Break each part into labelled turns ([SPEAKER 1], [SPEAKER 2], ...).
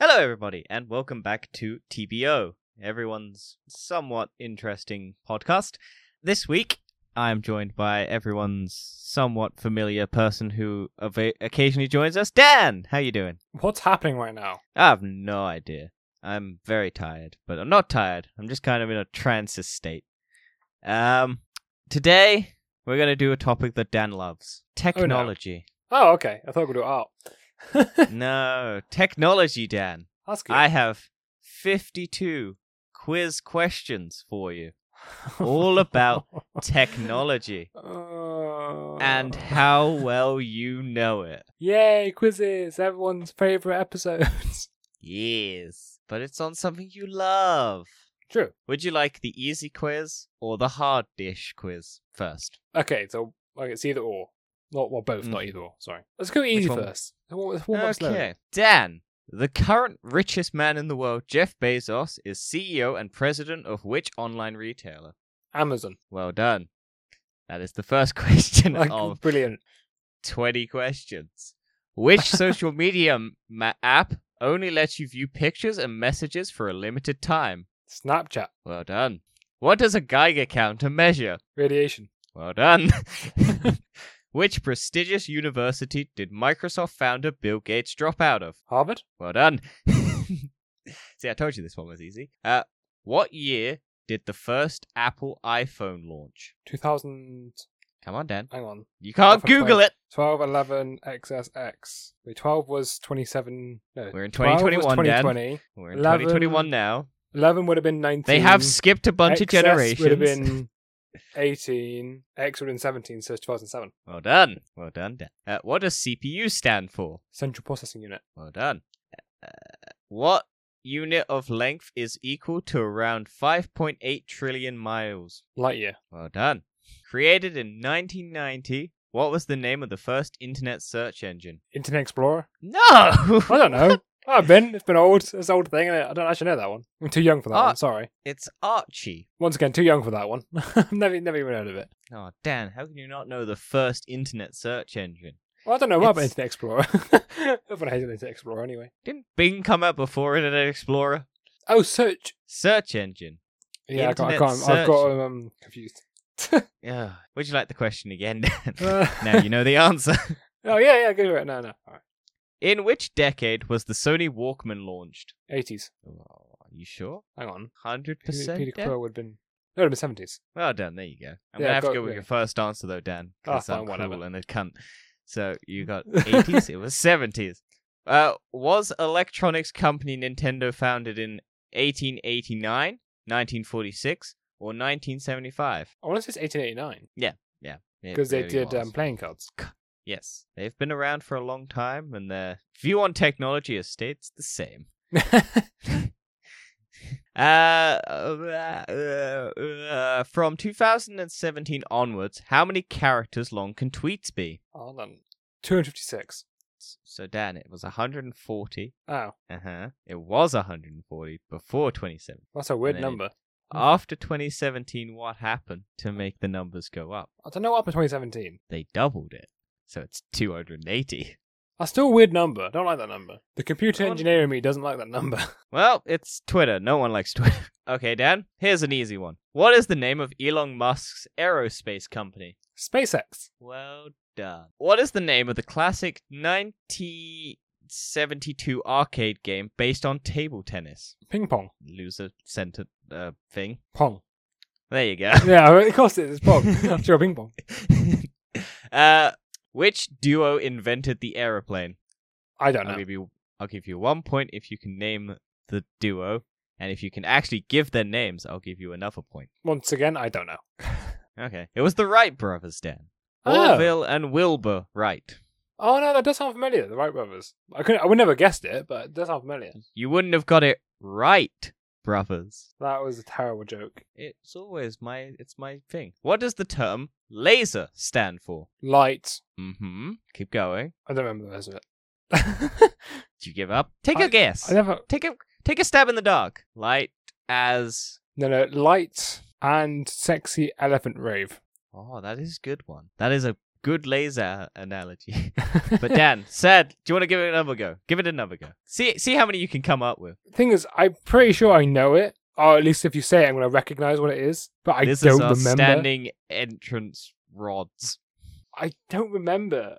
[SPEAKER 1] Hello, everybody, and welcome back to TBO, everyone's somewhat interesting podcast. This week, I'm joined by everyone's somewhat familiar person who ava- occasionally joins us, Dan. How you doing?
[SPEAKER 2] What's happening right now?
[SPEAKER 1] I have no idea. I'm very tired, but I'm not tired. I'm just kind of in a trance state. Um, today we're gonna do a topic that Dan loves: technology.
[SPEAKER 2] Oh, okay. I thought we'd do art. That's
[SPEAKER 1] no, technology, Dan.
[SPEAKER 2] good.
[SPEAKER 1] I have 52 quiz questions for you. all about Technology
[SPEAKER 2] Uh,
[SPEAKER 1] and how well you know it.
[SPEAKER 2] Yay, quizzes! Everyone's favorite episodes.
[SPEAKER 1] Yes, but it's on something you love.
[SPEAKER 2] True.
[SPEAKER 1] Would you like the easy quiz or the hard dish quiz first?
[SPEAKER 2] Okay, so like it's either or, not well both, not
[SPEAKER 1] Mm.
[SPEAKER 2] either or. Sorry. Let's go easy
[SPEAKER 1] one?
[SPEAKER 2] first. Let's warm- let's warm up slowly.
[SPEAKER 1] okay. Dan, the current richest man in the world, Jeff Bezos, is CEO and president of which online retailer?
[SPEAKER 2] Amazon.
[SPEAKER 1] Well done. That is the first question
[SPEAKER 2] Like,
[SPEAKER 1] of
[SPEAKER 2] Brilliant.
[SPEAKER 1] 20 questions. Which social media ma- app only lets you view pictures and messages for a limited time?
[SPEAKER 2] Snapchat.
[SPEAKER 1] Well done. What does a Geiger counter measure?
[SPEAKER 2] Radiation.
[SPEAKER 1] Well done. Which prestigious university did Microsoft founder Bill Gates drop out of?
[SPEAKER 2] Harvard.
[SPEAKER 1] Well done. See, I told you this one was easy. Uh, what year did the first Apple iPhone launch?
[SPEAKER 2] 2000.
[SPEAKER 1] Come on, Dan.
[SPEAKER 2] Hang on.
[SPEAKER 1] You can't
[SPEAKER 2] Alpha
[SPEAKER 1] Google
[SPEAKER 2] five.
[SPEAKER 1] it.
[SPEAKER 2] 12, 11, XSX. Wait, 12 was 27. No.
[SPEAKER 1] We're in
[SPEAKER 2] 12 was
[SPEAKER 1] 2021, Dan.
[SPEAKER 2] 2020.
[SPEAKER 1] We're in
[SPEAKER 2] 11.
[SPEAKER 1] 2021 now.
[SPEAKER 2] 11 would have been 19.
[SPEAKER 1] They have skipped a bunch of
[SPEAKER 2] XS Would
[SPEAKER 1] generations.
[SPEAKER 2] have been 18. X would have been 17, so it's 2007.
[SPEAKER 1] Well done. Well done, Dan. Uh, what does CPU stand for?
[SPEAKER 2] Central processing unit.
[SPEAKER 1] Well done. Uh, what unit of length is equal to around 5.8 trillion miles?
[SPEAKER 2] Light year.
[SPEAKER 1] Well done. Created in 1990, what was the name of the first internet search engine?
[SPEAKER 2] Internet Explorer.
[SPEAKER 1] No!
[SPEAKER 2] I don't know. I've been. It's been old. It's an old thing. innit? I don't actually know that one. I'm too young for that
[SPEAKER 1] Ah.
[SPEAKER 2] one. Sorry.
[SPEAKER 1] it's Archie.
[SPEAKER 2] Once again, too young for that one. I've never, never even heard of it.
[SPEAKER 1] Oh, Dan, how can you not know the first internet search engine?
[SPEAKER 2] Well, I don't know about
[SPEAKER 1] It's-
[SPEAKER 2] Internet Explorer. Everyone hates Internet Explorer anyway.
[SPEAKER 1] Didn't Bing come out before Internet Explorer?
[SPEAKER 2] Oh, search.
[SPEAKER 1] Search engine.
[SPEAKER 2] Yeah, I can't, I
[SPEAKER 1] Internet
[SPEAKER 2] can't. I've
[SPEAKER 1] search.
[SPEAKER 2] got um, confused.
[SPEAKER 1] Yeah. Would you like the question again, Dan?
[SPEAKER 2] Uh,
[SPEAKER 1] now you know the answer.
[SPEAKER 2] Oh yeah, yeah. Go for it. No, no. All right.
[SPEAKER 1] In which decade was the Sony Walkman launched?
[SPEAKER 2] 80s.
[SPEAKER 1] Oh, are you sure?
[SPEAKER 2] Hang on.
[SPEAKER 1] Hundred
[SPEAKER 2] Peter,
[SPEAKER 1] percent.
[SPEAKER 2] Peter Quill would have been. No, it would have been 70s.
[SPEAKER 1] Well done. There you go. I'm
[SPEAKER 2] Yeah,
[SPEAKER 1] gonna have
[SPEAKER 2] got-
[SPEAKER 1] to go with
[SPEAKER 2] yeah.
[SPEAKER 1] your first answer though, Dan.
[SPEAKER 2] Ah,
[SPEAKER 1] 'cause I'm
[SPEAKER 2] fine, whatever.
[SPEAKER 1] cruel and a cunt. So you got eighties. it was seventies. Uh, was electronics company Nintendo founded in 1889, 1946, or 1975?
[SPEAKER 2] I want to say it's 1889
[SPEAKER 1] It
[SPEAKER 2] because
[SPEAKER 1] really
[SPEAKER 2] they did
[SPEAKER 1] was.
[SPEAKER 2] um, playing cards.
[SPEAKER 1] Yes, they've been around for a long time, and their view on technology has stayed the same. Uh, uh, uh, uh, from 2017 onwards, how many characters long can tweets be?
[SPEAKER 2] Hold on. 256.
[SPEAKER 1] S- So, Dan, it was 140.
[SPEAKER 2] Oh,
[SPEAKER 1] Uh huh. It was 140 before 2017.
[SPEAKER 2] that's a weird
[SPEAKER 1] And then
[SPEAKER 2] number.
[SPEAKER 1] After 2017, what happened to make the numbers go up?
[SPEAKER 2] I don't know what happened in 2017.
[SPEAKER 1] They doubled it. So it's 280.
[SPEAKER 2] That's still a weird number. I don't like that number. The computer
[SPEAKER 1] Well-
[SPEAKER 2] engineer in me doesn't like that number.
[SPEAKER 1] Well, it's Twitter. No one likes Twitter. Okay, Dan, here's an easy one. What is the name of Elon Musk's aerospace company?
[SPEAKER 2] SpaceX.
[SPEAKER 1] Well done. What is the name of the classic 1972 arcade game based on table tennis?
[SPEAKER 2] Ping pong.
[SPEAKER 1] Loser sentence uh, thing.
[SPEAKER 2] Pong.
[SPEAKER 1] There you go.
[SPEAKER 2] Yeah, of course it is. It's pong. sure, ping pong.
[SPEAKER 1] uh, which duo invented the aeroplane?
[SPEAKER 2] I don't
[SPEAKER 1] I'll
[SPEAKER 2] know.
[SPEAKER 1] give you. I'll give you one point if you can name the duo, and if you can actually give their names, I'll give you another point.
[SPEAKER 2] Once again, I don't know.
[SPEAKER 1] Okay. It was the Wright brothers, Dan.
[SPEAKER 2] Oh.
[SPEAKER 1] Orville and Wilbur Wright.
[SPEAKER 2] Oh no, that does sound familiar. The Wright brothers. I couldn't. I would never guessed it, but it does sound familiar.
[SPEAKER 1] You wouldn't have got it right, brothers.
[SPEAKER 2] That was a terrible joke.
[SPEAKER 1] It's always my it's my thing. What does the term laser stand for?
[SPEAKER 2] Light.
[SPEAKER 1] Mm-hmm. Keep going.
[SPEAKER 2] I don't remember the rest of it.
[SPEAKER 1] Do you give up? Take a guess.
[SPEAKER 2] I never.
[SPEAKER 1] Take a take a stab in the dark. Light as
[SPEAKER 2] No, no. Light and sexy elephant rave.
[SPEAKER 1] Oh, that is a good one. That is a good laser analogy. but Dan, sad. Do you want to give it another go? Give it another go. See see how many you can come up with.
[SPEAKER 2] Thing is, I'm pretty sure I know it, or at least if you say it, I'm gonna recognize what it is. But I
[SPEAKER 1] this
[SPEAKER 2] don't
[SPEAKER 1] is our
[SPEAKER 2] remember.
[SPEAKER 1] standing entrance rods.
[SPEAKER 2] I don't remember.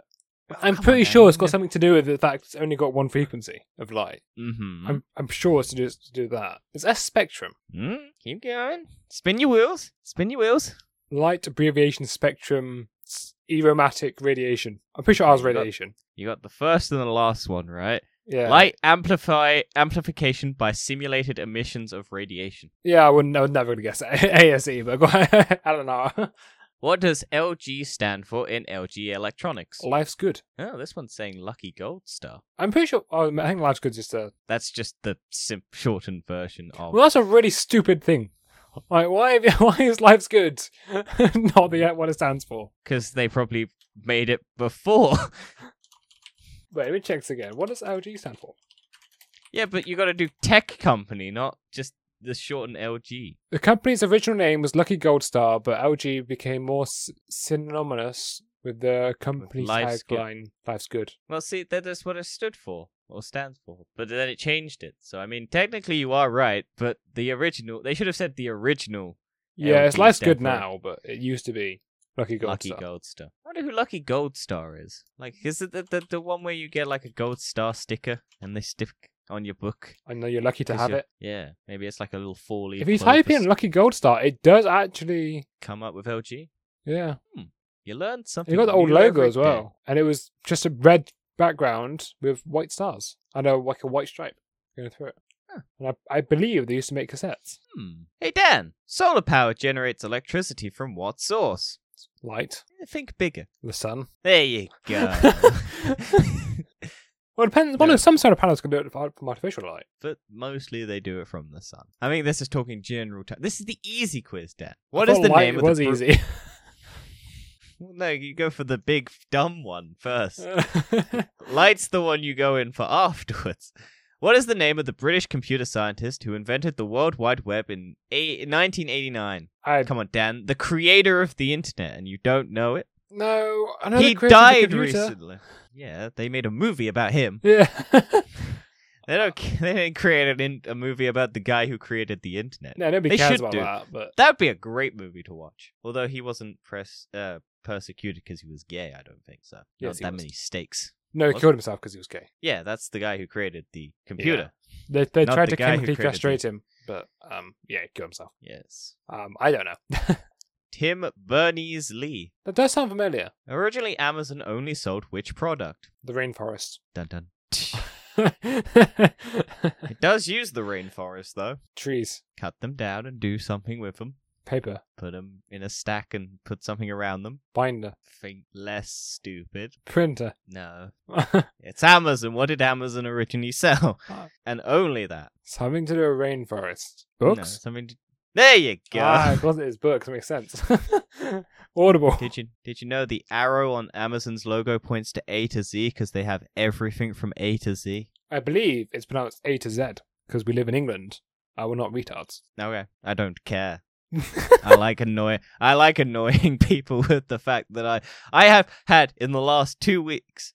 [SPEAKER 1] Oh,
[SPEAKER 2] I'm
[SPEAKER 1] come on,
[SPEAKER 2] pretty
[SPEAKER 1] Dan,
[SPEAKER 2] sure it's
[SPEAKER 1] you
[SPEAKER 2] got
[SPEAKER 1] know-
[SPEAKER 2] something to do with the fact it's only got one frequency of light.
[SPEAKER 1] Mm-hmm.
[SPEAKER 2] I'm I'm sure it's to do it's to do with that. It's S spectrum.
[SPEAKER 1] Mm, keep going. Spin your wheels. Spin your wheels.
[SPEAKER 2] Light abbreviation spectrum s- aromatic radiation. I'm pretty sure I was
[SPEAKER 1] You got-
[SPEAKER 2] radiation.
[SPEAKER 1] You got the first and the last one right.
[SPEAKER 2] Yeah.
[SPEAKER 1] Light amplify amplification by simulated emissions of radiation.
[SPEAKER 2] Yeah, I wouldn't I would never gonna guess that. ASE, but go I don't know.
[SPEAKER 1] What does LG stand for in LG Electronics?
[SPEAKER 2] Life's good.
[SPEAKER 1] Oh, this one's saying Lucky Gold Star.
[SPEAKER 2] I'm pretty sure oh, I think life's good just a
[SPEAKER 1] That's just the sim- shortened version of.
[SPEAKER 2] Well that's a really stupid thing. Like why have you, why is life's good? Not the what it stands for.
[SPEAKER 1] Because they probably made it before.
[SPEAKER 2] Wait, let me check this again. What does LG stand for?
[SPEAKER 1] yeah, but you got to do tech company, not just the shortened LG.
[SPEAKER 2] The company's original name was Lucky Gold Star, but LG became more s- synonymous with the company's
[SPEAKER 1] Life's Good.
[SPEAKER 2] tagline, Life's Good.
[SPEAKER 1] Well, see, that is what it stood for or stands for. But then it changed it. So I mean, technically, you are right. But the original, they should have said the original
[SPEAKER 2] Yeah, it's
[SPEAKER 1] LG
[SPEAKER 2] Life's
[SPEAKER 1] stand
[SPEAKER 2] Good
[SPEAKER 1] for-
[SPEAKER 2] now, but it used to be Lucky Gold
[SPEAKER 1] Lucky
[SPEAKER 2] Star.
[SPEAKER 1] Gold Star. I wonder who Lucky Gold Star is. Like, is it the, the the one where you get like a gold star sticker and they stick on your book?
[SPEAKER 2] I know you're lucky to
[SPEAKER 1] 'Cause
[SPEAKER 2] have
[SPEAKER 1] you're-
[SPEAKER 2] it.
[SPEAKER 1] Yeah, maybe it's like a little four leaf.
[SPEAKER 2] If you type in
[SPEAKER 1] clover
[SPEAKER 2] Lucky Gold Star, it does actually.
[SPEAKER 1] come up with LG,
[SPEAKER 2] Yeah.
[SPEAKER 1] you learned something.
[SPEAKER 2] You got the old
[SPEAKER 1] new
[SPEAKER 2] logo
[SPEAKER 1] every
[SPEAKER 2] as well, and it was just a red background with white stars and a like a white stripe going through it. And I, I believe they used to make
[SPEAKER 1] day.
[SPEAKER 2] cassettes.
[SPEAKER 1] Hmm. Hey Dan, solar power generates electricity from what source? Eh,
[SPEAKER 2] Light,
[SPEAKER 1] Think bigger.
[SPEAKER 2] the sun.
[SPEAKER 1] There you go.
[SPEAKER 2] Well, it depends. Well,
[SPEAKER 1] Yeah.
[SPEAKER 2] no, some solar panels can do it from from artificial light.
[SPEAKER 1] but mostly they do it from the sun. I mean, this is talking general. T- this is the easy quiz, Dan. What
[SPEAKER 2] I
[SPEAKER 1] is
[SPEAKER 2] thought
[SPEAKER 1] the
[SPEAKER 2] light
[SPEAKER 1] name of
[SPEAKER 2] was
[SPEAKER 1] the bru-
[SPEAKER 2] easy.
[SPEAKER 1] Well, No, you go for the big dumb one first. Light's the one you go in for afterwards. What is the name of the British computer scientist who invented the World Wide Web in a- 1989?
[SPEAKER 2] I
[SPEAKER 1] Come on, Dan, the creator of the internet, and you don't know it?
[SPEAKER 2] no. I know
[SPEAKER 1] he
[SPEAKER 2] they created the
[SPEAKER 1] died
[SPEAKER 2] computer.
[SPEAKER 1] recently. Yeah, they made a movie about him.
[SPEAKER 2] Yeah.
[SPEAKER 1] They don't. They didn't create an in- a movie about the guy who created the internet.
[SPEAKER 2] no, nobody
[SPEAKER 1] They
[SPEAKER 2] cares
[SPEAKER 1] should
[SPEAKER 2] about
[SPEAKER 1] do.
[SPEAKER 2] that. But
[SPEAKER 1] That'd be a great movie to watch. Although he wasn't press uh, persecuted because he was gay, I don't think so.
[SPEAKER 2] Yes,
[SPEAKER 1] Not
[SPEAKER 2] he
[SPEAKER 1] that
[SPEAKER 2] was.
[SPEAKER 1] many stakes.
[SPEAKER 2] no, he
[SPEAKER 1] Was-
[SPEAKER 2] killed himself because he was gay.
[SPEAKER 1] Yeah, that's the guy who created the computer.
[SPEAKER 2] They they
[SPEAKER 1] Not
[SPEAKER 2] tried
[SPEAKER 1] the
[SPEAKER 2] to
[SPEAKER 1] guy who
[SPEAKER 2] chemically
[SPEAKER 1] created
[SPEAKER 2] castrate him, but um, yeah, he killed himself.
[SPEAKER 1] Yes.
[SPEAKER 2] Um, I don't know.
[SPEAKER 1] Tim Berners Lee.
[SPEAKER 2] That does sound familiar.
[SPEAKER 1] Originally, Amazon only sold which product?
[SPEAKER 2] The rainforest.
[SPEAKER 1] Dun dun. It does use the rainforest though.
[SPEAKER 2] Trees,
[SPEAKER 1] Cut them down and do something with them.
[SPEAKER 2] paper,
[SPEAKER 1] Put them in a stack and put something around them.
[SPEAKER 2] binder,
[SPEAKER 1] Think less stupid.
[SPEAKER 2] printer.
[SPEAKER 1] No. It's Amazon. What did Amazon originally sell? And only that.
[SPEAKER 2] Something to do with rainforest.
[SPEAKER 1] No,
[SPEAKER 2] Books.
[SPEAKER 1] something. to- There you go.
[SPEAKER 2] Ah, it wasn't his books. That makes sense. Audible.
[SPEAKER 1] Did you did you know the arrow on Amazon's logo points to A to Z because they have everything from A to Z?
[SPEAKER 2] I believe it's pronounced A to Z because we live in England. I we're not retards.
[SPEAKER 1] Okay, I don't care. I like annoy I like annoying people with the fact that I I have had in the last two weeks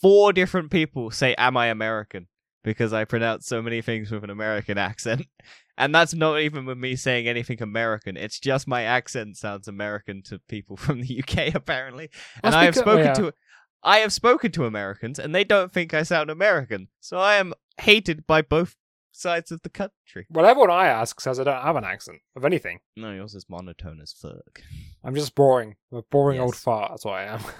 [SPEAKER 1] four different people say "Am I American?" because I pronounce so many things with an American accent, and that's not even with me saying anything American. It's just my accent sounds American to people from the UK apparently, and
[SPEAKER 2] That's
[SPEAKER 1] I have
[SPEAKER 2] because-
[SPEAKER 1] spoken
[SPEAKER 2] yeah.
[SPEAKER 1] to. I have spoken to Americans and they don't think I sound American. So I am hated by both sides of the country.
[SPEAKER 2] Well, everyone I ask says I don't have an accent of anything.
[SPEAKER 1] No, yours is monotone as fuck.
[SPEAKER 2] I'm just boring. I'm a boring old
[SPEAKER 1] Yes.
[SPEAKER 2] fart. That's what I am.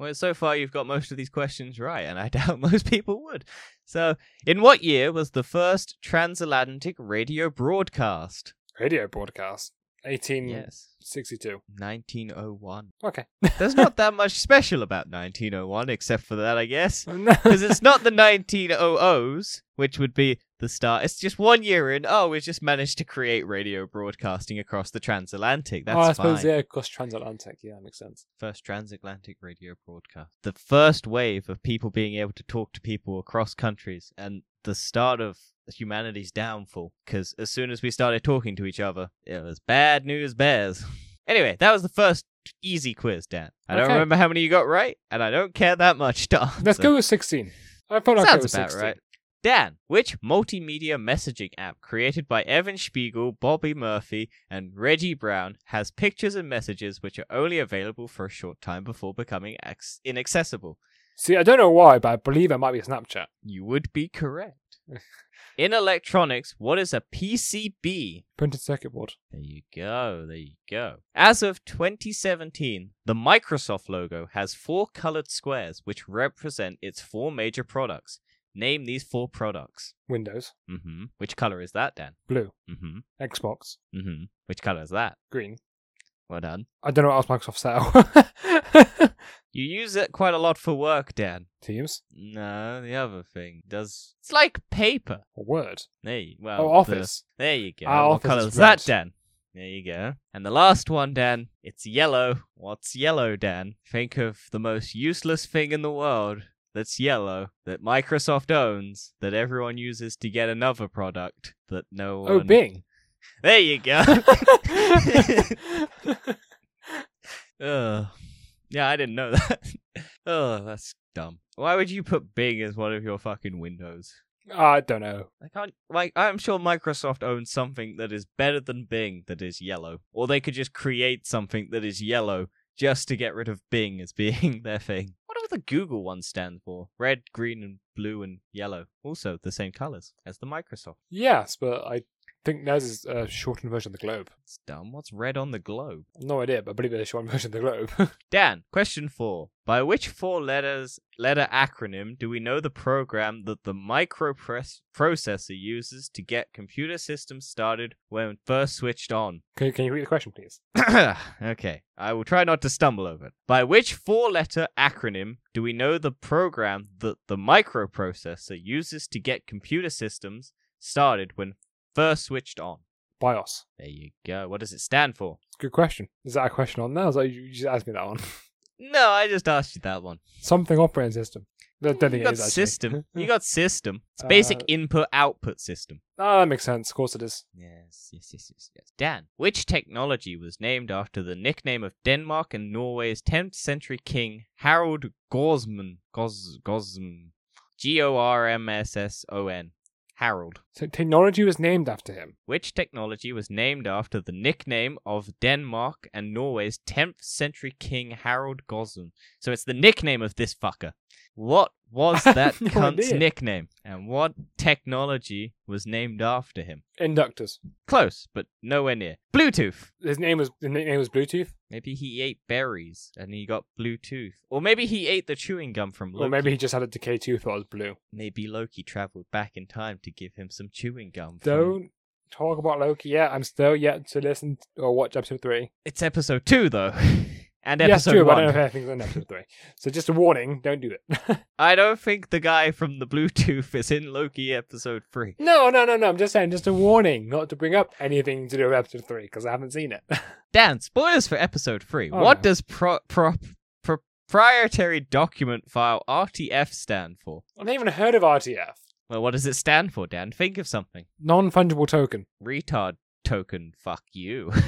[SPEAKER 1] Well, so far you've got most of these questions right, and I doubt most people would. So, in what year was the first transatlantic radio broadcast?
[SPEAKER 2] Radio broadcast. 1862.
[SPEAKER 1] Yes. 1901.
[SPEAKER 2] Okay.
[SPEAKER 1] There's not that much special about 1901, except for that, I guess. Because
[SPEAKER 2] Because
[SPEAKER 1] it's not the 1900s, which would be the start. It's just one year in. Oh, we've just managed to create radio broadcasting across the transatlantic. That's
[SPEAKER 2] oh, I
[SPEAKER 1] fine.
[SPEAKER 2] suppose yeah, of course, transatlantic. Yeah, makes sense.
[SPEAKER 1] first transatlantic radio broadcast. The first wave of people being able to talk to people across countries and the start of humanity's downfall because as soon as we started talking to each other, it was bad news bears. anyway, that was the first easy quiz, Dan. I don't
[SPEAKER 2] Okay.
[SPEAKER 1] remember how many you got right, and I don't care that much to answer.
[SPEAKER 2] Let's go with 16. I thought I'd go with
[SPEAKER 1] Sounds about
[SPEAKER 2] 16.
[SPEAKER 1] right. Dan, which multimedia messaging app created by Evan Spiegel, Bobby Murphy, and Reggie Brown has pictures and messages which are only available for a short time before becoming ex- inaccessible?
[SPEAKER 2] See, I don't know why, but I believe it might be Snapchat.
[SPEAKER 1] You would be correct. In electronics, what is a PCB?
[SPEAKER 2] Printed circuit board.
[SPEAKER 1] There you go, there you go. As of 2017, the Microsoft logo has four colored squares which represent its four major products. Name these four products.
[SPEAKER 2] Windows.
[SPEAKER 1] Mm-hmm. Which color is that, Dan?
[SPEAKER 2] Blue.
[SPEAKER 1] Mm-hmm.
[SPEAKER 2] Xbox.
[SPEAKER 1] Mm-hmm. Which color is that?
[SPEAKER 2] Green.
[SPEAKER 1] Well done.
[SPEAKER 2] I don't know what else Microsoft sell.
[SPEAKER 1] You use it quite a lot for work, Dan.
[SPEAKER 2] Teams.
[SPEAKER 1] No, the other thing does. It's like paper.
[SPEAKER 2] Or Word.
[SPEAKER 1] There you, well,
[SPEAKER 2] Oh,
[SPEAKER 1] the-
[SPEAKER 2] Office.
[SPEAKER 1] There you go.
[SPEAKER 2] Our
[SPEAKER 1] what
[SPEAKER 2] office
[SPEAKER 1] color
[SPEAKER 2] is
[SPEAKER 1] is that,
[SPEAKER 2] red.
[SPEAKER 1] Dan? There you go. And the last one, Dan. It's yellow. What's yellow, Dan? Think of the most useless thing in the world that's yellow that Microsoft owns that everyone uses to get another product that no one.
[SPEAKER 2] Oh, Bing.
[SPEAKER 1] There you go. Ugh. Yeah, I didn't know that. oh, that's dumb. Why would you put Bing as one of your fucking windows?
[SPEAKER 2] I don't know.
[SPEAKER 1] I can't like I'm sure Microsoft owns something that is better than Bing that is yellow. Or they could just create something that is yellow just to get rid of Bing as being their thing. Whatever the Google one stands for. Red, green and blue and yellow. Also the same colours as the Microsoft.
[SPEAKER 2] Yes, but I think theirs is a shortened version of the globe.
[SPEAKER 1] It's dumb. What's red on the globe?
[SPEAKER 2] No idea, but I believe it's a shortened version of the globe.
[SPEAKER 1] Dan, question four. By which four letters letter acronym do we know the program that the microprocessor uses to get computer systems started when first switched on?
[SPEAKER 2] can, you, can you read the question, please?
[SPEAKER 1] okay, I will try not to stumble over it. By which four letter acronym do we know the program that the microprocessor uses to get computer systems started when first switched on?
[SPEAKER 2] BIOS.
[SPEAKER 1] There you go. What does it stand for?
[SPEAKER 2] Good question. Is that a question on there? Or is that- you just asked me that one.
[SPEAKER 1] No, I just asked you that one.
[SPEAKER 2] Something operating system. I don't think
[SPEAKER 1] you
[SPEAKER 2] it
[SPEAKER 1] got
[SPEAKER 2] is, actually.
[SPEAKER 1] system. You got system. It's basic
[SPEAKER 2] Uh,
[SPEAKER 1] input output system.
[SPEAKER 2] Ah, that makes sense. Of course it is.
[SPEAKER 1] Yes, yes, yes, yes, yes. Dan, which technology was named after the nickname of Denmark and Norway's 10th century king Harald Gorsman? Gos Gosm. G O R M S S O N. Harold.
[SPEAKER 2] So technology was named after him.
[SPEAKER 1] Which technology was named after the nickname of Denmark and Norway's 10th century king Harald Gosm? So it's the nickname of this fucker. What was
[SPEAKER 2] I have
[SPEAKER 1] that
[SPEAKER 2] no
[SPEAKER 1] cunt's
[SPEAKER 2] idea.
[SPEAKER 1] nickname? And what technology was named after him?
[SPEAKER 2] Inductors.
[SPEAKER 1] Close, but nowhere near. Bluetooth.
[SPEAKER 2] His name was his nickname was Bluetooth,
[SPEAKER 1] Maybe he ate berries and he got Bluetooth. Or maybe he ate the chewing gum from Loki.
[SPEAKER 2] or maybe he just had a decay tooth that was blue.
[SPEAKER 1] Maybe Loki traveled back in time to give him some chewing gum. From...
[SPEAKER 2] Don't talk about Loki yet. I'm still yet to listen t- or watch episode three.
[SPEAKER 1] It's episode two, though. and
[SPEAKER 2] yes,
[SPEAKER 1] episode
[SPEAKER 2] true, but I
[SPEAKER 1] one.
[SPEAKER 2] don't know if anything's in episode three. So just a warning: don't do it.
[SPEAKER 1] I don't think the guy from the Bluetooth is in Loki episode three.
[SPEAKER 2] no, no, no, no. I'm just saying, just a warning not to bring up anything to do with episode three because I haven't seen it.
[SPEAKER 1] Dan, spoilers for episode three.
[SPEAKER 2] Oh,
[SPEAKER 1] what
[SPEAKER 2] no.
[SPEAKER 1] does pro- pro- pro- proprietary document file RTF stand for?
[SPEAKER 2] I've not even heard of RTF,
[SPEAKER 1] Well, what does it stand for, Dan? Think of something.
[SPEAKER 2] non fungible token.
[SPEAKER 1] Retard token, fuck you.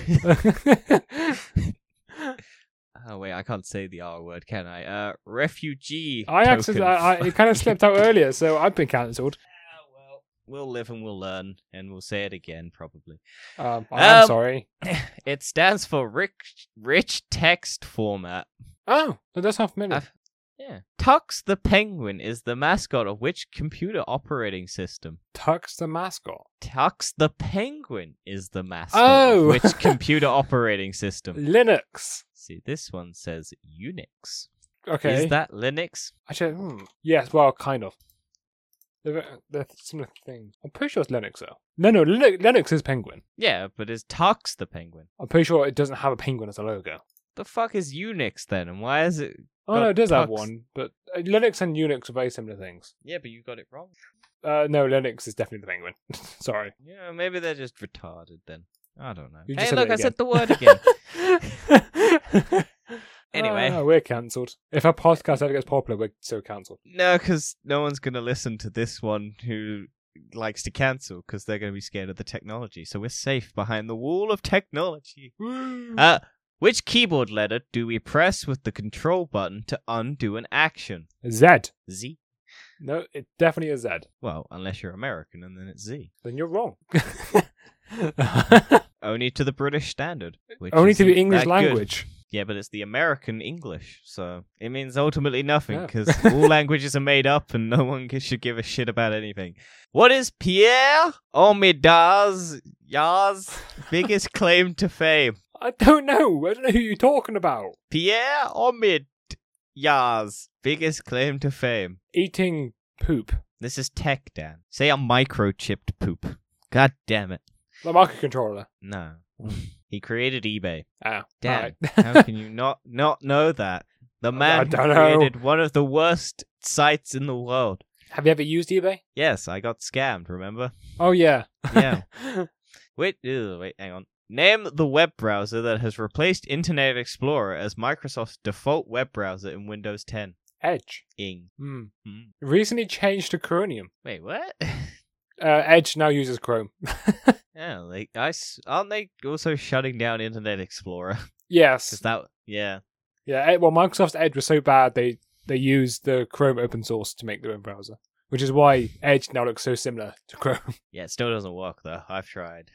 [SPEAKER 1] Oh wait, I can't say the R word, can I? Uh, refugee.
[SPEAKER 2] I
[SPEAKER 1] token.
[SPEAKER 2] actually, I, I, it kind of slipped out earlier, so I've been cancelled.
[SPEAKER 1] Ah, well, we'll live and we'll learn, and we'll say it again probably.
[SPEAKER 2] Um, I'm
[SPEAKER 1] Um,
[SPEAKER 2] sorry.
[SPEAKER 1] It stands for rich, rich text format.
[SPEAKER 2] Oh, that does sound familiar.
[SPEAKER 1] I've- Yeah. Tux the penguin is the mascot of which computer operating system?
[SPEAKER 2] Tux the mascot.
[SPEAKER 1] Tux the penguin is the mascot
[SPEAKER 2] Oh!
[SPEAKER 1] of which computer operating system?
[SPEAKER 2] Linux.
[SPEAKER 1] See, this one says Unix.
[SPEAKER 2] Okay.
[SPEAKER 1] Is that Linux?
[SPEAKER 2] Actually, hmm. yes. Well, kind of. They're, they're similar things. I'm pretty sure it's Linux though. No, no, Lin- Linux is Penguin.
[SPEAKER 1] Yeah, but is Tux the penguin?
[SPEAKER 2] I'm pretty sure it doesn't have a penguin as a logo.
[SPEAKER 1] The fuck is Unix then, and why is it
[SPEAKER 2] Oh
[SPEAKER 1] Got
[SPEAKER 2] no, it does have
[SPEAKER 1] Tux.
[SPEAKER 2] one, but uh, Linux and Unix are very similar things.
[SPEAKER 1] Yeah, but you got it wrong.
[SPEAKER 2] Uh, no, Linux is definitely the Penguin. Sorry.
[SPEAKER 1] Yeah, maybe they're just retarded then. I don't know.
[SPEAKER 2] You just
[SPEAKER 1] hey,
[SPEAKER 2] said
[SPEAKER 1] look,
[SPEAKER 2] it
[SPEAKER 1] I
[SPEAKER 2] again.
[SPEAKER 1] said the word again. Anyway.
[SPEAKER 2] Ah, we're cancelled. If our podcast ever gets popular, we're so cancelled.
[SPEAKER 1] no, because no one's going to listen to this one who likes to cancel because they're going to be scared of the technology. So we're safe behind the wall of technology. Uh, Which keyboard letter do we press with the control button to undo an action?
[SPEAKER 2] Z.
[SPEAKER 1] Z.
[SPEAKER 2] No, it definitely is Z.
[SPEAKER 1] Well, unless you're American and then it's Z.
[SPEAKER 2] Then you're wrong.
[SPEAKER 1] Only to the British standard. which
[SPEAKER 2] Only to the
[SPEAKER 1] isn't
[SPEAKER 2] English
[SPEAKER 1] that good.
[SPEAKER 2] language.
[SPEAKER 1] Yeah, but it's the American English, so it means ultimately nothing
[SPEAKER 2] Yeah.
[SPEAKER 1] because all languages are made up and no one gi- should give a shit about anything. What is Pierre Omidyar's Yar's biggest claim to fame?
[SPEAKER 2] I don't know. I don't know who you're talking about.
[SPEAKER 1] Pierre Omidyar's biggest claim to fame.
[SPEAKER 2] Eating poop.
[SPEAKER 1] This is tech, Dan. Say a microchipped poop. God damn it.
[SPEAKER 2] The microcontroller.
[SPEAKER 1] No. he created eBay.
[SPEAKER 2] Ah,
[SPEAKER 1] Dan,
[SPEAKER 2] alright.
[SPEAKER 1] How can you not not know that? The man who
[SPEAKER 2] don't know.
[SPEAKER 1] created one of the worst sites in the world.
[SPEAKER 2] Have you ever used eBay?
[SPEAKER 1] Yes, I got scammed, remember?
[SPEAKER 2] Oh yeah.
[SPEAKER 1] Yeah. wait, ew, wait, hang on. Name the web browser that has replaced Internet Explorer as Microsoft's default web browser in Windows 10.
[SPEAKER 2] Edge.
[SPEAKER 1] Ing.
[SPEAKER 2] Hmm.
[SPEAKER 1] Hmm.
[SPEAKER 2] Recently changed to Chromium.
[SPEAKER 1] Wait, what?
[SPEAKER 2] Uh, Edge now uses Chrome.
[SPEAKER 1] yeah, like I s- aren't they also shutting down Internet Explorer? Is
[SPEAKER 2] yes.
[SPEAKER 1] that yeah?
[SPEAKER 2] Yeah. eh, Well, Microsoft's Edge was so bad they they used the Chrome open source to make their own browser, which is why Edge now looks so similar to Chrome.
[SPEAKER 1] Yeah, it still doesn't work though. I've tried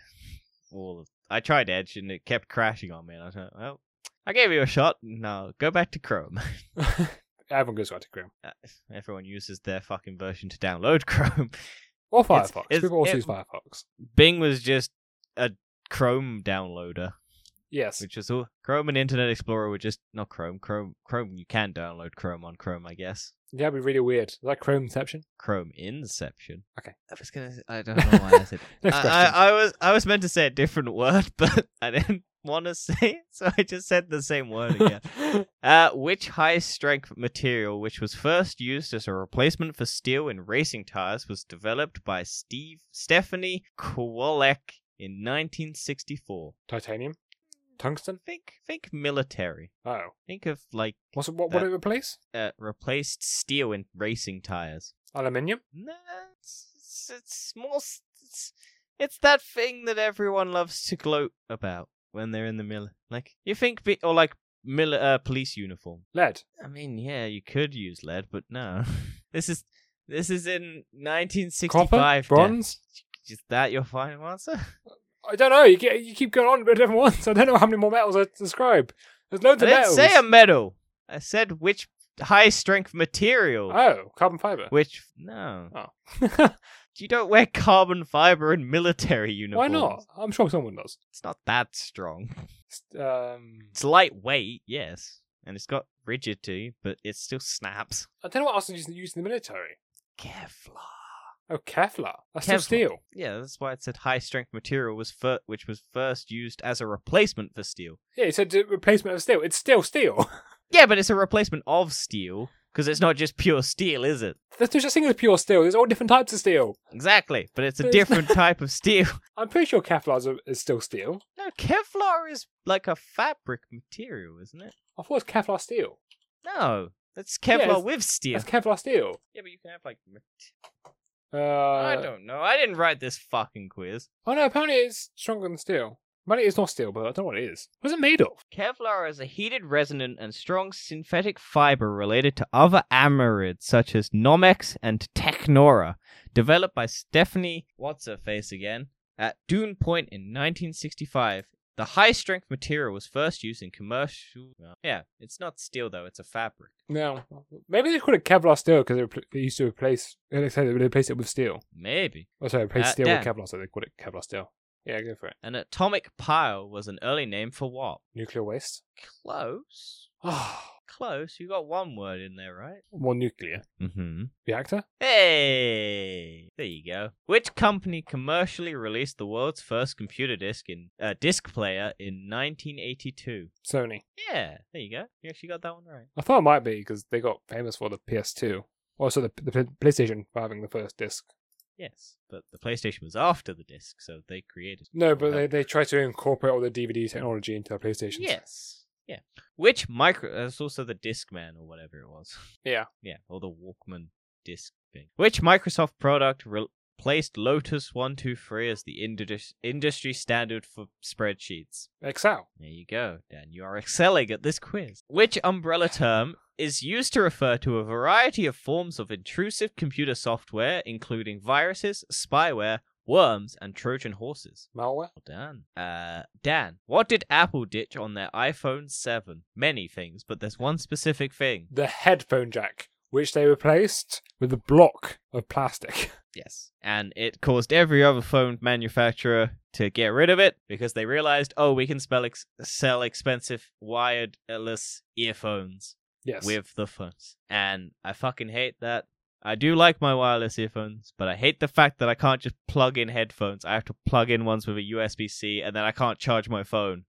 [SPEAKER 1] all of I tried Edge and it kept crashing on me and I thought, well, I gave you a shot. No, go back to Chrome. Uh,
[SPEAKER 2] Everyone goes back to Chrome
[SPEAKER 1] Everyone uses their fucking version to download Chrome.
[SPEAKER 2] or
[SPEAKER 1] It's-
[SPEAKER 2] Firefox.
[SPEAKER 1] it's-
[SPEAKER 2] People also
[SPEAKER 1] it-
[SPEAKER 2] use Firefox.
[SPEAKER 1] Bing was just a Chrome downloader,
[SPEAKER 2] Yes.
[SPEAKER 1] which is all Chrome and Internet Explorer were just not Chrome. Chrome Chrome you can download Chrome on Chrome, I guess.
[SPEAKER 2] Yeah, it'd be really weird. Is that Chrome Inception?
[SPEAKER 1] Chrome Inception.
[SPEAKER 2] Okay.
[SPEAKER 1] I was gonna. I don't know why I said.
[SPEAKER 2] Next
[SPEAKER 1] I,
[SPEAKER 2] question.
[SPEAKER 1] I, I was I was meant to say a different word, but I didn't want to say it, so I just said the same word again. uh, which high strength material, which was first used as a replacement for steel in racing tires, was developed by Steve Stephanie Kowalek in 1964.
[SPEAKER 2] Titanium. Tungsten.
[SPEAKER 1] Think think military.
[SPEAKER 2] Oh.
[SPEAKER 1] Think of like
[SPEAKER 2] What's it, what would
[SPEAKER 1] That-
[SPEAKER 2] it replace?
[SPEAKER 1] uh, replaced steel in racing tires.
[SPEAKER 2] Aluminium.
[SPEAKER 1] No, it's, it's, it's more. s- It's, it's that thing that everyone loves to gloat about when they're in the mill. Like you think, be, or like mil uh, police uniform.
[SPEAKER 2] Lead.
[SPEAKER 1] I mean, yeah, you could use lead, but no. this is this is in
[SPEAKER 2] Copper.
[SPEAKER 1] 1965. Dan.
[SPEAKER 2] Bronze.
[SPEAKER 1] Is that your final answer?
[SPEAKER 2] I don't know. You get, you keep going on about different ones. I don't know how many more metals I describe. There's loads
[SPEAKER 1] I
[SPEAKER 2] of
[SPEAKER 1] didn't
[SPEAKER 2] metals.
[SPEAKER 1] say a metal. I said which high strength material.
[SPEAKER 2] Oh, carbon fiber.
[SPEAKER 1] Which no,
[SPEAKER 2] Why
[SPEAKER 1] you don't wear carbon fiber in military uniforms.
[SPEAKER 2] not? I'm sure someone does.
[SPEAKER 1] It's not that strong.
[SPEAKER 2] S- Um,
[SPEAKER 1] It's lightweight, yes, and it's got rigidity, but it still snaps.
[SPEAKER 2] I don't know what else is used in the military.
[SPEAKER 1] Kevlar.
[SPEAKER 2] Oh, Kevlar. That's still
[SPEAKER 1] Kevlar.
[SPEAKER 2] steel.
[SPEAKER 1] Yeah, that's why it said high strength material was fir- which was first used as a replacement for steel.
[SPEAKER 2] Yeah, it's a d- replacement of steel. It's still steel.
[SPEAKER 1] Yeah, but it's a replacement of steel because it's not just pure steel, is it?
[SPEAKER 2] There's no such thing as pure steel. There's all different types of steel.
[SPEAKER 1] Exactly, but it's a
[SPEAKER 2] There's-
[SPEAKER 1] different type of steel.
[SPEAKER 2] I'm pretty sure Kevlar's a, is still steel.
[SPEAKER 1] No, Kevlar is like a fabric material, isn't it?
[SPEAKER 2] I thought it was Kevlar steel.
[SPEAKER 1] No, it's
[SPEAKER 2] Yeah,
[SPEAKER 1] Kevlar
[SPEAKER 2] it's-
[SPEAKER 1] with steel.
[SPEAKER 2] That's Kevlar steel.
[SPEAKER 1] Yeah, but you can have like. mat-
[SPEAKER 2] Uh,
[SPEAKER 1] I don't know. I didn't write this fucking quiz.
[SPEAKER 2] Oh no, apparently it's stronger than steel. Apparently it's not steel, but I don't know what it is. What's it made of?
[SPEAKER 1] Kevlar is a heated, resonant, and strong synthetic fiber related to other amorids such as Nomex and Technora, developed by Stephanie What's Her Face again at Dune Point in 1965. The high strength material was first used in commercial. Yeah, it's not steel though; it's a fabric.
[SPEAKER 2] No. Maybe they call it Kevlar steel because they, repl- they used to replace, they said they would replace it with steel.
[SPEAKER 1] Maybe
[SPEAKER 2] Oh, sorry, replace
[SPEAKER 1] Uh,
[SPEAKER 2] steel
[SPEAKER 1] Dan.
[SPEAKER 2] with Kevlar, so they called it Kevlar steel. Yeah, go for it.
[SPEAKER 1] an atomic pile was an early name for what?
[SPEAKER 2] Nuclear waste.
[SPEAKER 1] Close,
[SPEAKER 2] Ah,
[SPEAKER 1] close. You got one word in there, right?
[SPEAKER 2] well, nuclear
[SPEAKER 1] Mm-hmm.
[SPEAKER 2] reactor.
[SPEAKER 1] Hey, there you go. Which company commercially released the world's first computer disc in uh, disc player in 1982?
[SPEAKER 2] Sony.
[SPEAKER 1] Yeah, there you go. You actually got that one right.
[SPEAKER 2] I thought it might be because they got famous for the PS2, also Oh, the, the Pl- PlayStation for having the first disc.
[SPEAKER 1] Yes, but the PlayStation was after the disc, so they created.
[SPEAKER 2] No, but they, they tried to incorporate all the DVD technology into the PlayStation.
[SPEAKER 1] Yes. Yeah. Which micro? That's also the Discman or whatever it was.
[SPEAKER 2] Yeah.
[SPEAKER 1] Yeah, or the Walkman disc thing. Which Microsoft product re- placed Lotus One Two Three as the indus- industry standard for spreadsheets.
[SPEAKER 2] Excel.
[SPEAKER 1] There you go, Dan. You are excelling at this quiz. Which umbrella term is used to refer to a variety of forms of intrusive computer software, including viruses, spyware, worms, and Trojan horses?
[SPEAKER 2] Malware.
[SPEAKER 1] Well done. Uh, Dan, what did Apple ditch on their iPhone 7? Many things, but there's one specific thing.
[SPEAKER 2] The headphone jack, which they replaced with a block of plastic.
[SPEAKER 1] Yes. And it caused every other phone manufacturer to get rid of it because they realized, oh, we can spell ex- sell expensive wireless earphones
[SPEAKER 2] Yes.
[SPEAKER 1] with the phones. And I fucking hate that. I do like my wireless earphones, but I hate the fact that I can't just plug in headphones. I have to plug in ones with a USB C and then I can't charge my phone.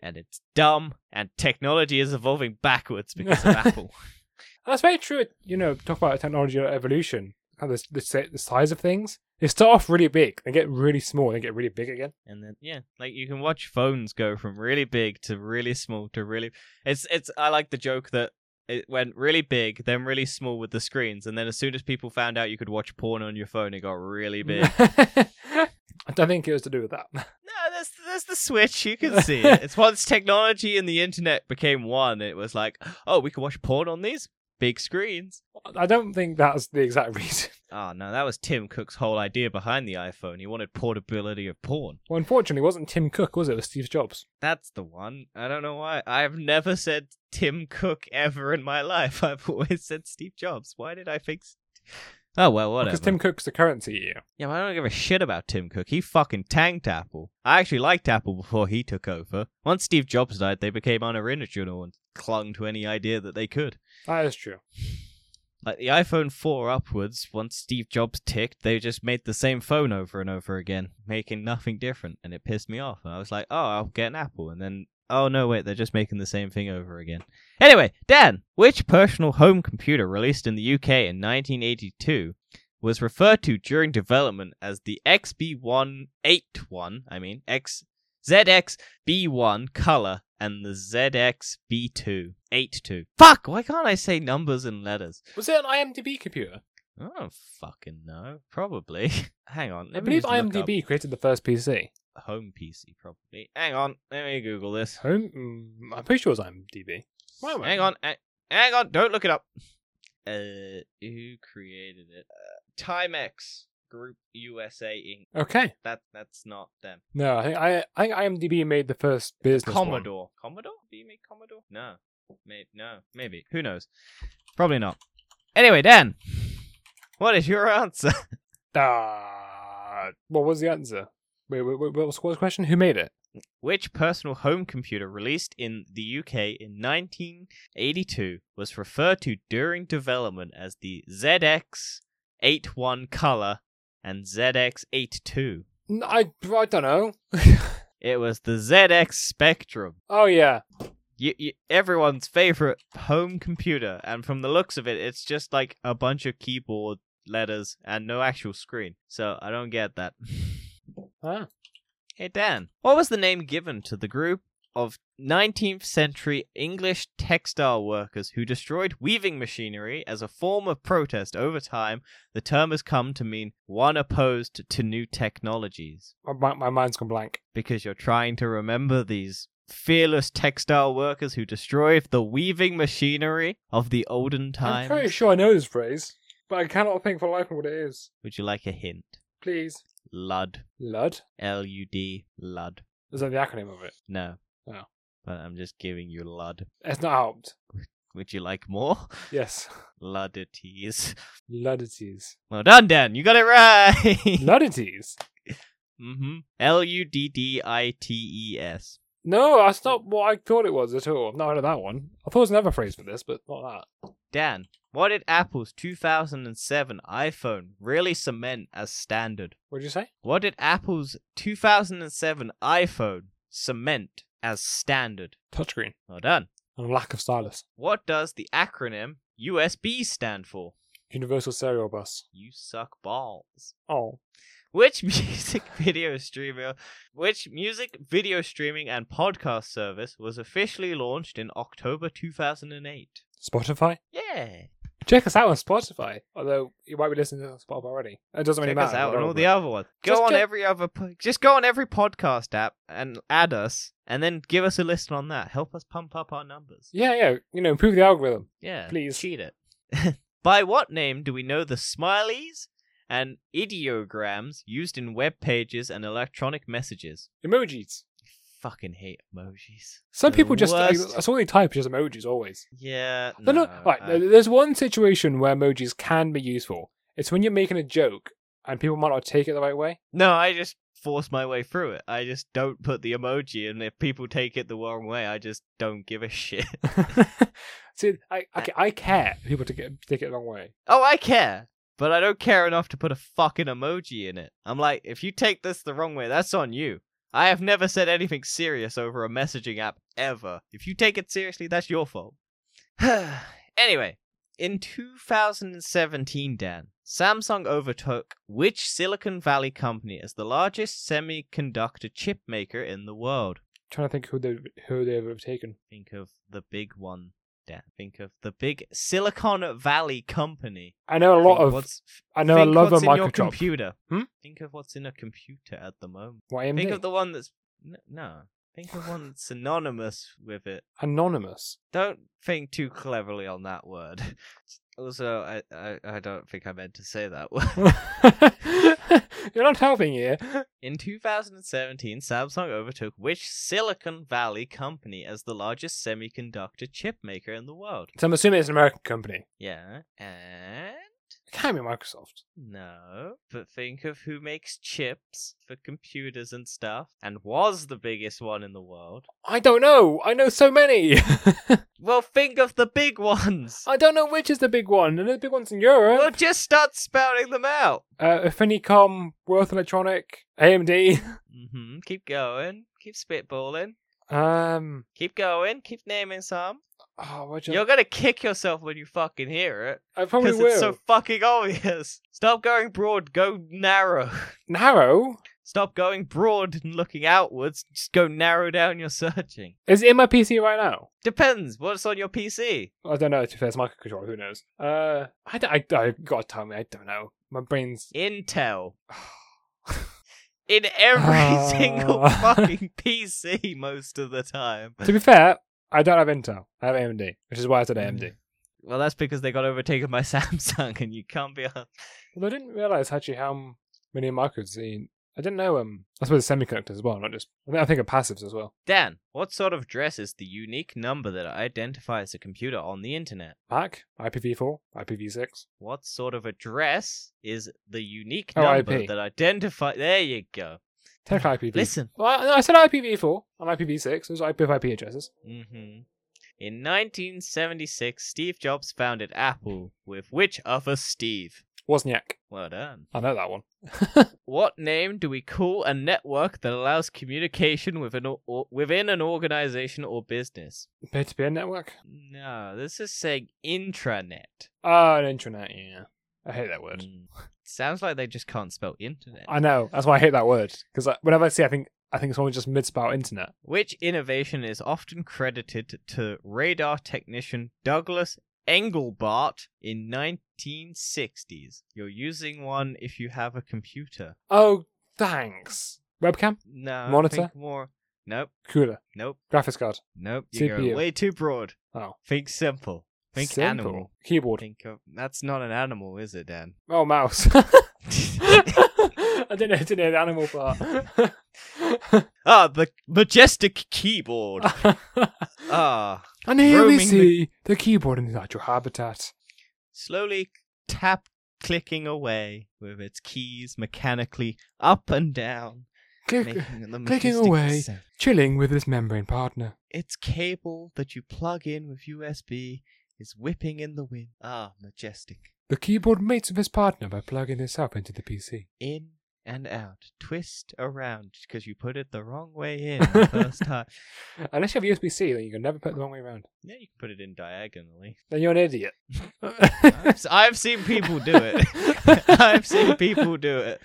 [SPEAKER 1] And it's dumb, and technology is evolving backwards because of Apple.
[SPEAKER 2] That's very true. You know, talk about technology evolution, how the, the, si- the size of things. They start off really big, they get really small, they get really big again.
[SPEAKER 1] and then yeah like you can watch phones go from really big to really small to really it's it's i like the joke that it went really big then really small with the screens and then as soon as people found out you could watch porn on your phone it got really big
[SPEAKER 2] I don't think it was to do with that.
[SPEAKER 1] no there's there's the switch you can see it. it's once technology and the internet became one it was like oh we can watch porn on these big screens
[SPEAKER 2] I don't think that's the exact reason.
[SPEAKER 1] oh no that was tim cook's whole idea behind the iphone he wanted portability of porn
[SPEAKER 2] Well, unfortunately, it wasn't Tim Cook, was it? It was Steve Jobs.
[SPEAKER 1] That's the one. I don't know why. I've never said Tim Cook ever in my life. I've always said Steve Jobs. Why did I think? St- Oh well, whatever.
[SPEAKER 2] Because Tim Cook's the current CEO.
[SPEAKER 1] Yeah, but I don't give a shit about Tim Cook. He fucking tanked Apple. I actually liked Apple before he took over. Once Steve Jobs died, they became unoriginal and clung to any idea that they could.
[SPEAKER 2] That is true.
[SPEAKER 1] Like the iPhone 4 upwards, once Steve Jobs ticked, they just made the same phone over and over again, making nothing different, and it pissed me off. And I was like, oh, I'll get an Apple. And then, oh, no, wait, they're just making the same thing over again. Anyway, Dan, which personal home computer released in the UK in 1982 was referred to during development as the XB181, I mean, X. ZXB1 color and the ZXB2 82. Fuck, why can't I say numbers and letters?
[SPEAKER 2] Was it an IMDb computer?
[SPEAKER 1] I don't fucking know. Probably. Hang on.
[SPEAKER 2] I
[SPEAKER 1] let me
[SPEAKER 2] believe
[SPEAKER 1] just look
[SPEAKER 2] IMDb created the first PC.
[SPEAKER 1] up Home PC, probably. Hang on. Let me Google this.
[SPEAKER 2] Home? Mm, I'm pretty sure it was IMDb. Why am I-
[SPEAKER 1] Hang on. Hang, hang on. Don't look it up. Uh, who created it? Uh, Timex Group USA Inc.
[SPEAKER 2] Okay.
[SPEAKER 1] That that's not them.
[SPEAKER 2] No, I think, I, I think IMDb made the first business. one.
[SPEAKER 1] Commodore. Commodore? Do you make Commodore? No. Maybe. No. Maybe. Who knows? Probably not. Anyway, Dan, what is your answer?
[SPEAKER 2] Ah, what was the answer? Wait, wait, wait, what was what was the question? Who made it?
[SPEAKER 1] Which personal home computer released in the UK in 1982 was referred to during development as the ZX81 Color and ZX82?
[SPEAKER 2] N- I I don't know.
[SPEAKER 1] It was the ZX Spectrum.
[SPEAKER 2] oh yeah,
[SPEAKER 1] You, you, everyone's favorite home computer, and from the looks of it, it's just like a bunch of keyboard letters and no actual screen. So I don't get that.
[SPEAKER 2] ah.
[SPEAKER 1] Hey Dan, what was the name given to the group of 19th century English textile workers who destroyed weaving machinery as a form of protest over time? The term has come to mean one opposed to new technologies.
[SPEAKER 2] my, my my mind's gone blank.
[SPEAKER 1] Because you're trying to remember these fearless textile workers who destroyed the weaving machinery of the olden
[SPEAKER 2] I'm
[SPEAKER 1] times.
[SPEAKER 2] pretty sure I know this phrase, but I cannot think for life of what it is.
[SPEAKER 1] Would you like a hint?
[SPEAKER 2] Please,
[SPEAKER 1] Lud.
[SPEAKER 2] Lud.
[SPEAKER 1] L U D. Lud.
[SPEAKER 2] Is that the acronym of it?
[SPEAKER 1] No.
[SPEAKER 2] Oh.
[SPEAKER 1] But I'm just giving you Lud.
[SPEAKER 2] It's not helped.
[SPEAKER 1] Would you like more?
[SPEAKER 2] Yes,
[SPEAKER 1] Luddities.
[SPEAKER 2] Luddities.
[SPEAKER 1] Well done, Dan. You got it right.
[SPEAKER 2] Luddities.
[SPEAKER 1] mm-hmm. L U D D I T E S.
[SPEAKER 2] No, that's not what I thought it was at all. I've not heard of that one. I thought it was another phrase for this, but not that.
[SPEAKER 1] Dan, what did Apple's 2007 iPhone really cement as standard?
[SPEAKER 2] What did you say?
[SPEAKER 1] What did Apple's 2007 iPhone cement as standard?
[SPEAKER 2] Touchscreen
[SPEAKER 1] Well done.
[SPEAKER 2] and lack of stylus.
[SPEAKER 1] What does the acronym USB stand for?
[SPEAKER 2] Universal serial bus.
[SPEAKER 1] You suck balls.
[SPEAKER 2] Oh,
[SPEAKER 1] Which music video streamer, which music video streaming and podcast service was officially launched in October 2008?
[SPEAKER 2] Spotify.
[SPEAKER 1] Yeah.
[SPEAKER 2] Check us out on Spotify. Although you might be listening to us on Spotify already. It doesn't really
[SPEAKER 1] Check
[SPEAKER 2] matter.
[SPEAKER 1] us out
[SPEAKER 2] we're
[SPEAKER 1] on all
[SPEAKER 2] over
[SPEAKER 1] the
[SPEAKER 2] it.
[SPEAKER 1] other ones. Go
[SPEAKER 2] Just
[SPEAKER 1] on
[SPEAKER 2] check-
[SPEAKER 1] every other, po- just go on every podcast app and add us, and then give us a listen on that. Help us pump up our numbers.
[SPEAKER 2] Yeah, yeah. You know, improve the algorithm.
[SPEAKER 1] Yeah,
[SPEAKER 2] Please.
[SPEAKER 1] cheat it. By what name do we know the smileys and ideograms used in web pages and electronic messages?
[SPEAKER 2] Emojis.
[SPEAKER 1] Fucking hate emojis.
[SPEAKER 2] Some
[SPEAKER 1] The
[SPEAKER 2] people just like,
[SPEAKER 1] worst.
[SPEAKER 2] that's all they type is just emojis always.
[SPEAKER 1] Yeah,
[SPEAKER 2] No,
[SPEAKER 1] no,
[SPEAKER 2] no. Right,
[SPEAKER 1] I-
[SPEAKER 2] there's one situation where emojis can be useful. It's when you're making a joke and people might not take it the right way.
[SPEAKER 1] No, I just force my way through it. I just don't put the emoji, and if people take it the wrong way, I just don't give a shit.
[SPEAKER 2] See, I, I, ca- I care if people to get take it the wrong way.
[SPEAKER 1] oh, I care, but I don't care enough to put a fucking emoji in it. I'm like, if you take this the wrong way, that's on you. I have never said anything serious over a messaging app ever. If you take it seriously, that's your fault. anyway, in 2017, Dan, Samsung overtook which Silicon Valley company as the largest semiconductor chip maker in the world?
[SPEAKER 2] trying to think who they who they've overtaken.
[SPEAKER 1] Think of the big one, Dan. Think of the big Silicon Valley company.
[SPEAKER 2] I know a lot
[SPEAKER 1] Think
[SPEAKER 2] of
[SPEAKER 1] what's,
[SPEAKER 2] I know a
[SPEAKER 1] think
[SPEAKER 2] lot
[SPEAKER 1] what's
[SPEAKER 2] of
[SPEAKER 1] in your
[SPEAKER 2] microchip.
[SPEAKER 1] computer.
[SPEAKER 2] Hmm?
[SPEAKER 1] Think of what's in a computer at the moment.
[SPEAKER 2] What AMD?
[SPEAKER 1] Think of the one that's n- no. Think of one that's synonymous with it.
[SPEAKER 2] Anonymous.
[SPEAKER 1] Don't think too cleverly on that word. Also, I, I, I don't think I meant to say that word.
[SPEAKER 2] You're not helping here.
[SPEAKER 1] In 2017, Samsung overtook which Silicon Valley company as the largest semiconductor chip maker in the world?
[SPEAKER 2] So I'm assuming it's an American company.
[SPEAKER 1] Yeah. And
[SPEAKER 2] It can't be Microsoft.
[SPEAKER 1] No, but think of who makes chips for computers and stuff, and was the biggest one in the world.
[SPEAKER 2] I don't know. I know so many.
[SPEAKER 1] Well, think of the big ones.
[SPEAKER 2] I don't know which is the big one. I know the big one's in Europe.
[SPEAKER 1] Well, just start spouting them out.
[SPEAKER 2] Uh, Affinicom, Worth Electronic, AMD.
[SPEAKER 1] hmm Keep going. Keep spitballing.
[SPEAKER 2] Um,
[SPEAKER 1] Keep going. Keep naming some.
[SPEAKER 2] oh, what
[SPEAKER 1] You're gonna kick yourself when you fucking hear it,
[SPEAKER 2] I probably
[SPEAKER 1] because
[SPEAKER 2] Oh, will.
[SPEAKER 1] it's so fucking obvious. Stop going broad. Go narrow.
[SPEAKER 2] Narrow
[SPEAKER 1] Stop going broad and looking outwards. Just go narrow down your searching.
[SPEAKER 2] is it in my PC right now.
[SPEAKER 1] Depends. What's on your PC?
[SPEAKER 2] I don't know. If there's microcontroller, who knows? Uh, I, don't- I, I gotta tell me. I don't know. My brain's.
[SPEAKER 1] Intel. In every
[SPEAKER 2] Ah.
[SPEAKER 1] single fucking PC most of the time.
[SPEAKER 2] to be fair, I don't have Intel. I have AMD, which is why I said
[SPEAKER 1] Mm.
[SPEAKER 2] AMD.
[SPEAKER 1] Well, that's because they got overtaken by Samsung, and you can't be. a-
[SPEAKER 2] Well, I didn't realize actually how many micros in. I didn't know. Um, I suppose semiconductors as well, not just. I think I think of passives as well.
[SPEAKER 1] Dan, what sort of dress is the unique number that identifies a computer on the internet?
[SPEAKER 2] Mac, IPv4, IPv6.
[SPEAKER 1] What sort of address is the unique
[SPEAKER 2] Oh,
[SPEAKER 1] number
[SPEAKER 2] IP.
[SPEAKER 1] that identifies? There you go.
[SPEAKER 2] Technically IPv.
[SPEAKER 1] Listen.
[SPEAKER 2] Well, I, no, I said IPv4 and IPv6. Those are both IP addresses.
[SPEAKER 1] hmm In 1976, Steve Jobs founded Apple with which other Steve?
[SPEAKER 2] Wozniak.
[SPEAKER 1] Well done.
[SPEAKER 2] I know that one.
[SPEAKER 1] What name do we call a network that allows communication within or, or- within an organization or business?
[SPEAKER 2] Peer-to-peer network.
[SPEAKER 1] No, this is saying intranet.
[SPEAKER 2] Oh, an intranet. Yeah, I hate that word.
[SPEAKER 1] Mm. Sounds like they just can't spell internet.
[SPEAKER 2] I know. That's why I hate that word because whenever I see, I think I think someone just mid-spout internet.
[SPEAKER 1] Which innovation is often credited to radar technician Douglas Engelbart in 1960s? You're using one if you have a computer.
[SPEAKER 2] Oh, thanks. Webcam,
[SPEAKER 1] No, I
[SPEAKER 2] Monitor?
[SPEAKER 1] think more. Nope,
[SPEAKER 2] cooler,
[SPEAKER 1] nope,
[SPEAKER 2] graphics card.
[SPEAKER 1] nope. You're going
[SPEAKER 2] CPU.
[SPEAKER 1] way too broad.
[SPEAKER 2] Oh,
[SPEAKER 1] Think simple. Think
[SPEAKER 2] simple.
[SPEAKER 1] animal.
[SPEAKER 2] Keyboard.
[SPEAKER 1] Think of that's not an animal, is it, Dan?
[SPEAKER 2] Oh, mouse. I didn't, I didn't hear the animal part.
[SPEAKER 1] ah, the majestic keyboard. ah,
[SPEAKER 2] and here
[SPEAKER 1] Roaming
[SPEAKER 2] we
[SPEAKER 1] the-
[SPEAKER 2] see the keyboard in the natural habitat.
[SPEAKER 1] slowly tap clicking away with its keys mechanically up and down,
[SPEAKER 2] Click, uh,
[SPEAKER 1] making the
[SPEAKER 2] clicking
[SPEAKER 1] majestic
[SPEAKER 2] away.
[SPEAKER 1] sound.
[SPEAKER 2] chilling with this membrane partner.
[SPEAKER 1] Its cable that you plug in with USB is whipping in the wind. Ah, majestic.
[SPEAKER 2] The keyboard mates with his partner by plugging itself into the PC.
[SPEAKER 1] In and out, twist around because you put it the wrong way in the first time.
[SPEAKER 2] Unless you have USB C, then you can never put it the wrong way around.
[SPEAKER 1] Yeah, you can put it in diagonally.
[SPEAKER 2] Then you're an idiot.
[SPEAKER 1] I've, I've seen people do it. I've seen people do it.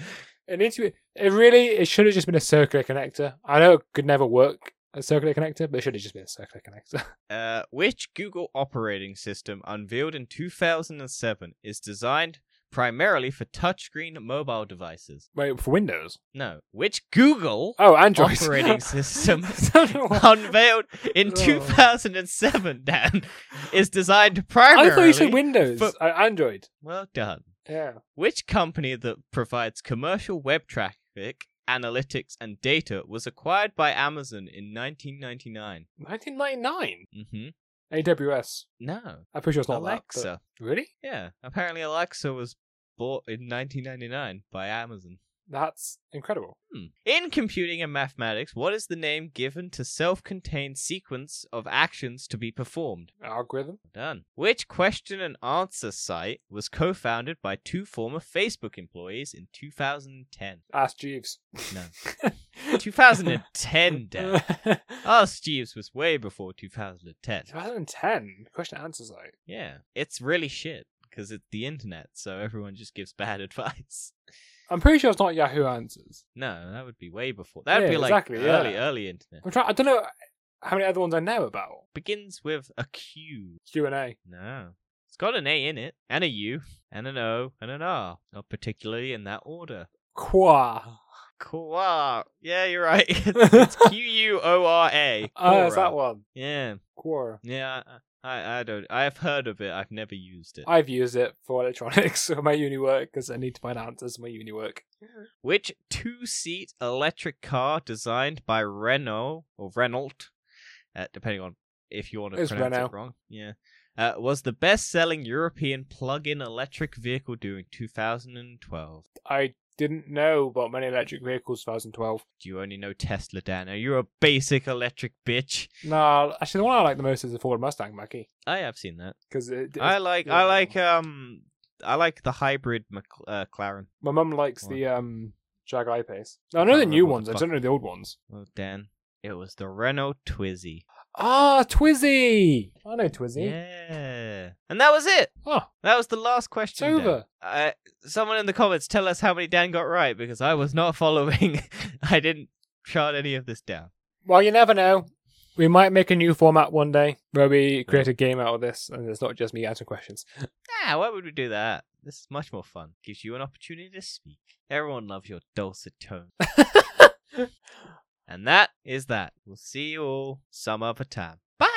[SPEAKER 2] It needs to be. It really. It should have just been a circular connector. I know it could never work A circular connector, but it should have just been a circular connector.
[SPEAKER 1] Uh, which Google operating system unveiled in 2007 is designed primarily for touchscreen mobile devices?
[SPEAKER 2] Wait, for Windows?
[SPEAKER 1] No. Which Google
[SPEAKER 2] Oh, Android.
[SPEAKER 1] operating system
[SPEAKER 2] I don't know why.
[SPEAKER 1] unveiled in
[SPEAKER 2] Oh.
[SPEAKER 1] 2007, Dan, is designed
[SPEAKER 2] I
[SPEAKER 1] primarily.
[SPEAKER 2] thought you said Windows.
[SPEAKER 1] for-
[SPEAKER 2] Uh, Android.
[SPEAKER 1] well done.
[SPEAKER 2] Yeah.
[SPEAKER 1] Which company that provides commercial web traffic, analytics, and data was acquired by Amazon in 1999?
[SPEAKER 2] 1999.
[SPEAKER 1] Mm-hmm.
[SPEAKER 2] AWS.
[SPEAKER 1] No.
[SPEAKER 2] I'm pretty sure it's not
[SPEAKER 1] Alexa.
[SPEAKER 2] that. but- Really?
[SPEAKER 1] Yeah. Apparently, Alexa was bought in 1999 by Amazon.
[SPEAKER 2] That's incredible.
[SPEAKER 1] Hmm. In computing and mathematics, what is the name given to self-contained sequence of actions to be performed?
[SPEAKER 2] Algorithm.
[SPEAKER 1] Done. Which question and answer site was co-founded by two former Facebook employees in 2010?
[SPEAKER 2] Ask Jeeves.
[SPEAKER 1] No. 2010, Dan. Us Jeeves Oh, was way before 2010.
[SPEAKER 2] 2010. Question and answer site.
[SPEAKER 1] Yeah, it's really shit because it's the internet, so everyone just gives bad advice.
[SPEAKER 2] I'm pretty sure it's not Yahoo Answers.
[SPEAKER 1] No, that would be way before. That would
[SPEAKER 2] Yeah,
[SPEAKER 1] be like
[SPEAKER 2] exactly, yeah.
[SPEAKER 1] early, early internet.
[SPEAKER 2] I'm trying. I don't know how many other ones I know about.
[SPEAKER 1] Begins with a Q.
[SPEAKER 2] Q and A.
[SPEAKER 1] No. It's got an A in it, and a U, and an O, and an R. Not particularly in that order.
[SPEAKER 2] Qua.
[SPEAKER 1] Quar. Yeah, you're right.
[SPEAKER 2] It's
[SPEAKER 1] Q U O R A.
[SPEAKER 2] Oh, it's
[SPEAKER 1] Quora.
[SPEAKER 2] that one.
[SPEAKER 1] Yeah.
[SPEAKER 2] Quora.
[SPEAKER 1] Yeah. I- I, I don't. I have heard of it. I've never used it.
[SPEAKER 2] I've used it for electronics for my uni work because I need to find answers for my uni work.
[SPEAKER 1] Which two-seat electric car designed by Renault or Renault, uh, depending on if you want to
[SPEAKER 2] It's
[SPEAKER 1] pronounce
[SPEAKER 2] Renault.
[SPEAKER 1] it wrong, yeah, uh, was the best-selling European plug-in electric vehicle during 2012.
[SPEAKER 2] I didn't know about many electric vehicles 2012.
[SPEAKER 1] Do you only know Tesla, Dan? Are you a basic electric bitch?
[SPEAKER 2] No, actually, the one I like the most is the Ford Mustang, Mackie,
[SPEAKER 1] I have seen that.
[SPEAKER 2] because it,
[SPEAKER 1] I
[SPEAKER 2] it's-
[SPEAKER 1] like.
[SPEAKER 2] yeah.
[SPEAKER 1] I like. Um. I like the hybrid Mc- uh, McLaren.
[SPEAKER 2] my mum likes the um Jaguar I-Pace. No, I know
[SPEAKER 1] Can't
[SPEAKER 2] the new
[SPEAKER 1] remember what
[SPEAKER 2] ones.
[SPEAKER 1] the
[SPEAKER 2] I
[SPEAKER 1] fuck-
[SPEAKER 2] don't know the old ones.
[SPEAKER 1] Well, Oh, Dan, it was the Renault Twizy.
[SPEAKER 2] Ah, Twizzy. I know Twizzy.
[SPEAKER 1] Yeah. And that was it.
[SPEAKER 2] Oh.
[SPEAKER 1] That was the last
[SPEAKER 2] It's
[SPEAKER 1] question. Dan.
[SPEAKER 2] over.
[SPEAKER 1] Uh, someone in the comments tell us how many Dan got right because I was not following. I didn't chart any of this down.
[SPEAKER 2] Well, you never know. We might make a new format one day where we create a game out of this, and it's not just me answering questions.
[SPEAKER 1] Ah, why would we do that? This is much more fun. Gives you an opportunity to speak. Everyone loves your dulcet tone. and that is that. We'll see you all some other time. Bye.